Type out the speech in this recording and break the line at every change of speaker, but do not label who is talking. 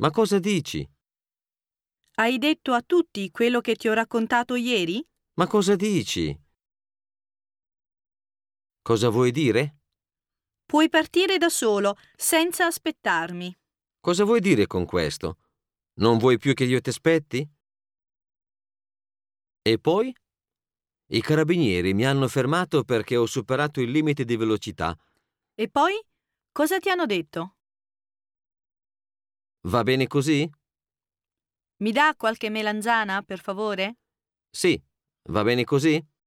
Ma cosa dici?
Hai detto a tutti quello che ti ho raccontato ieri?
Ma cosa dici? Cosa vuoi dire?
Puoi partire da solo, senza aspettarmi.
Cosa vuoi dire con questo? Non vuoi più che io ti aspetti? E poi? I carabinieri mi hanno fermato perché ho superato il limite di velocità.
E poi? Cosa ti hanno detto?
Va bene così?
Mi dà qualche melanzana, per favore?
Sì, va bene così?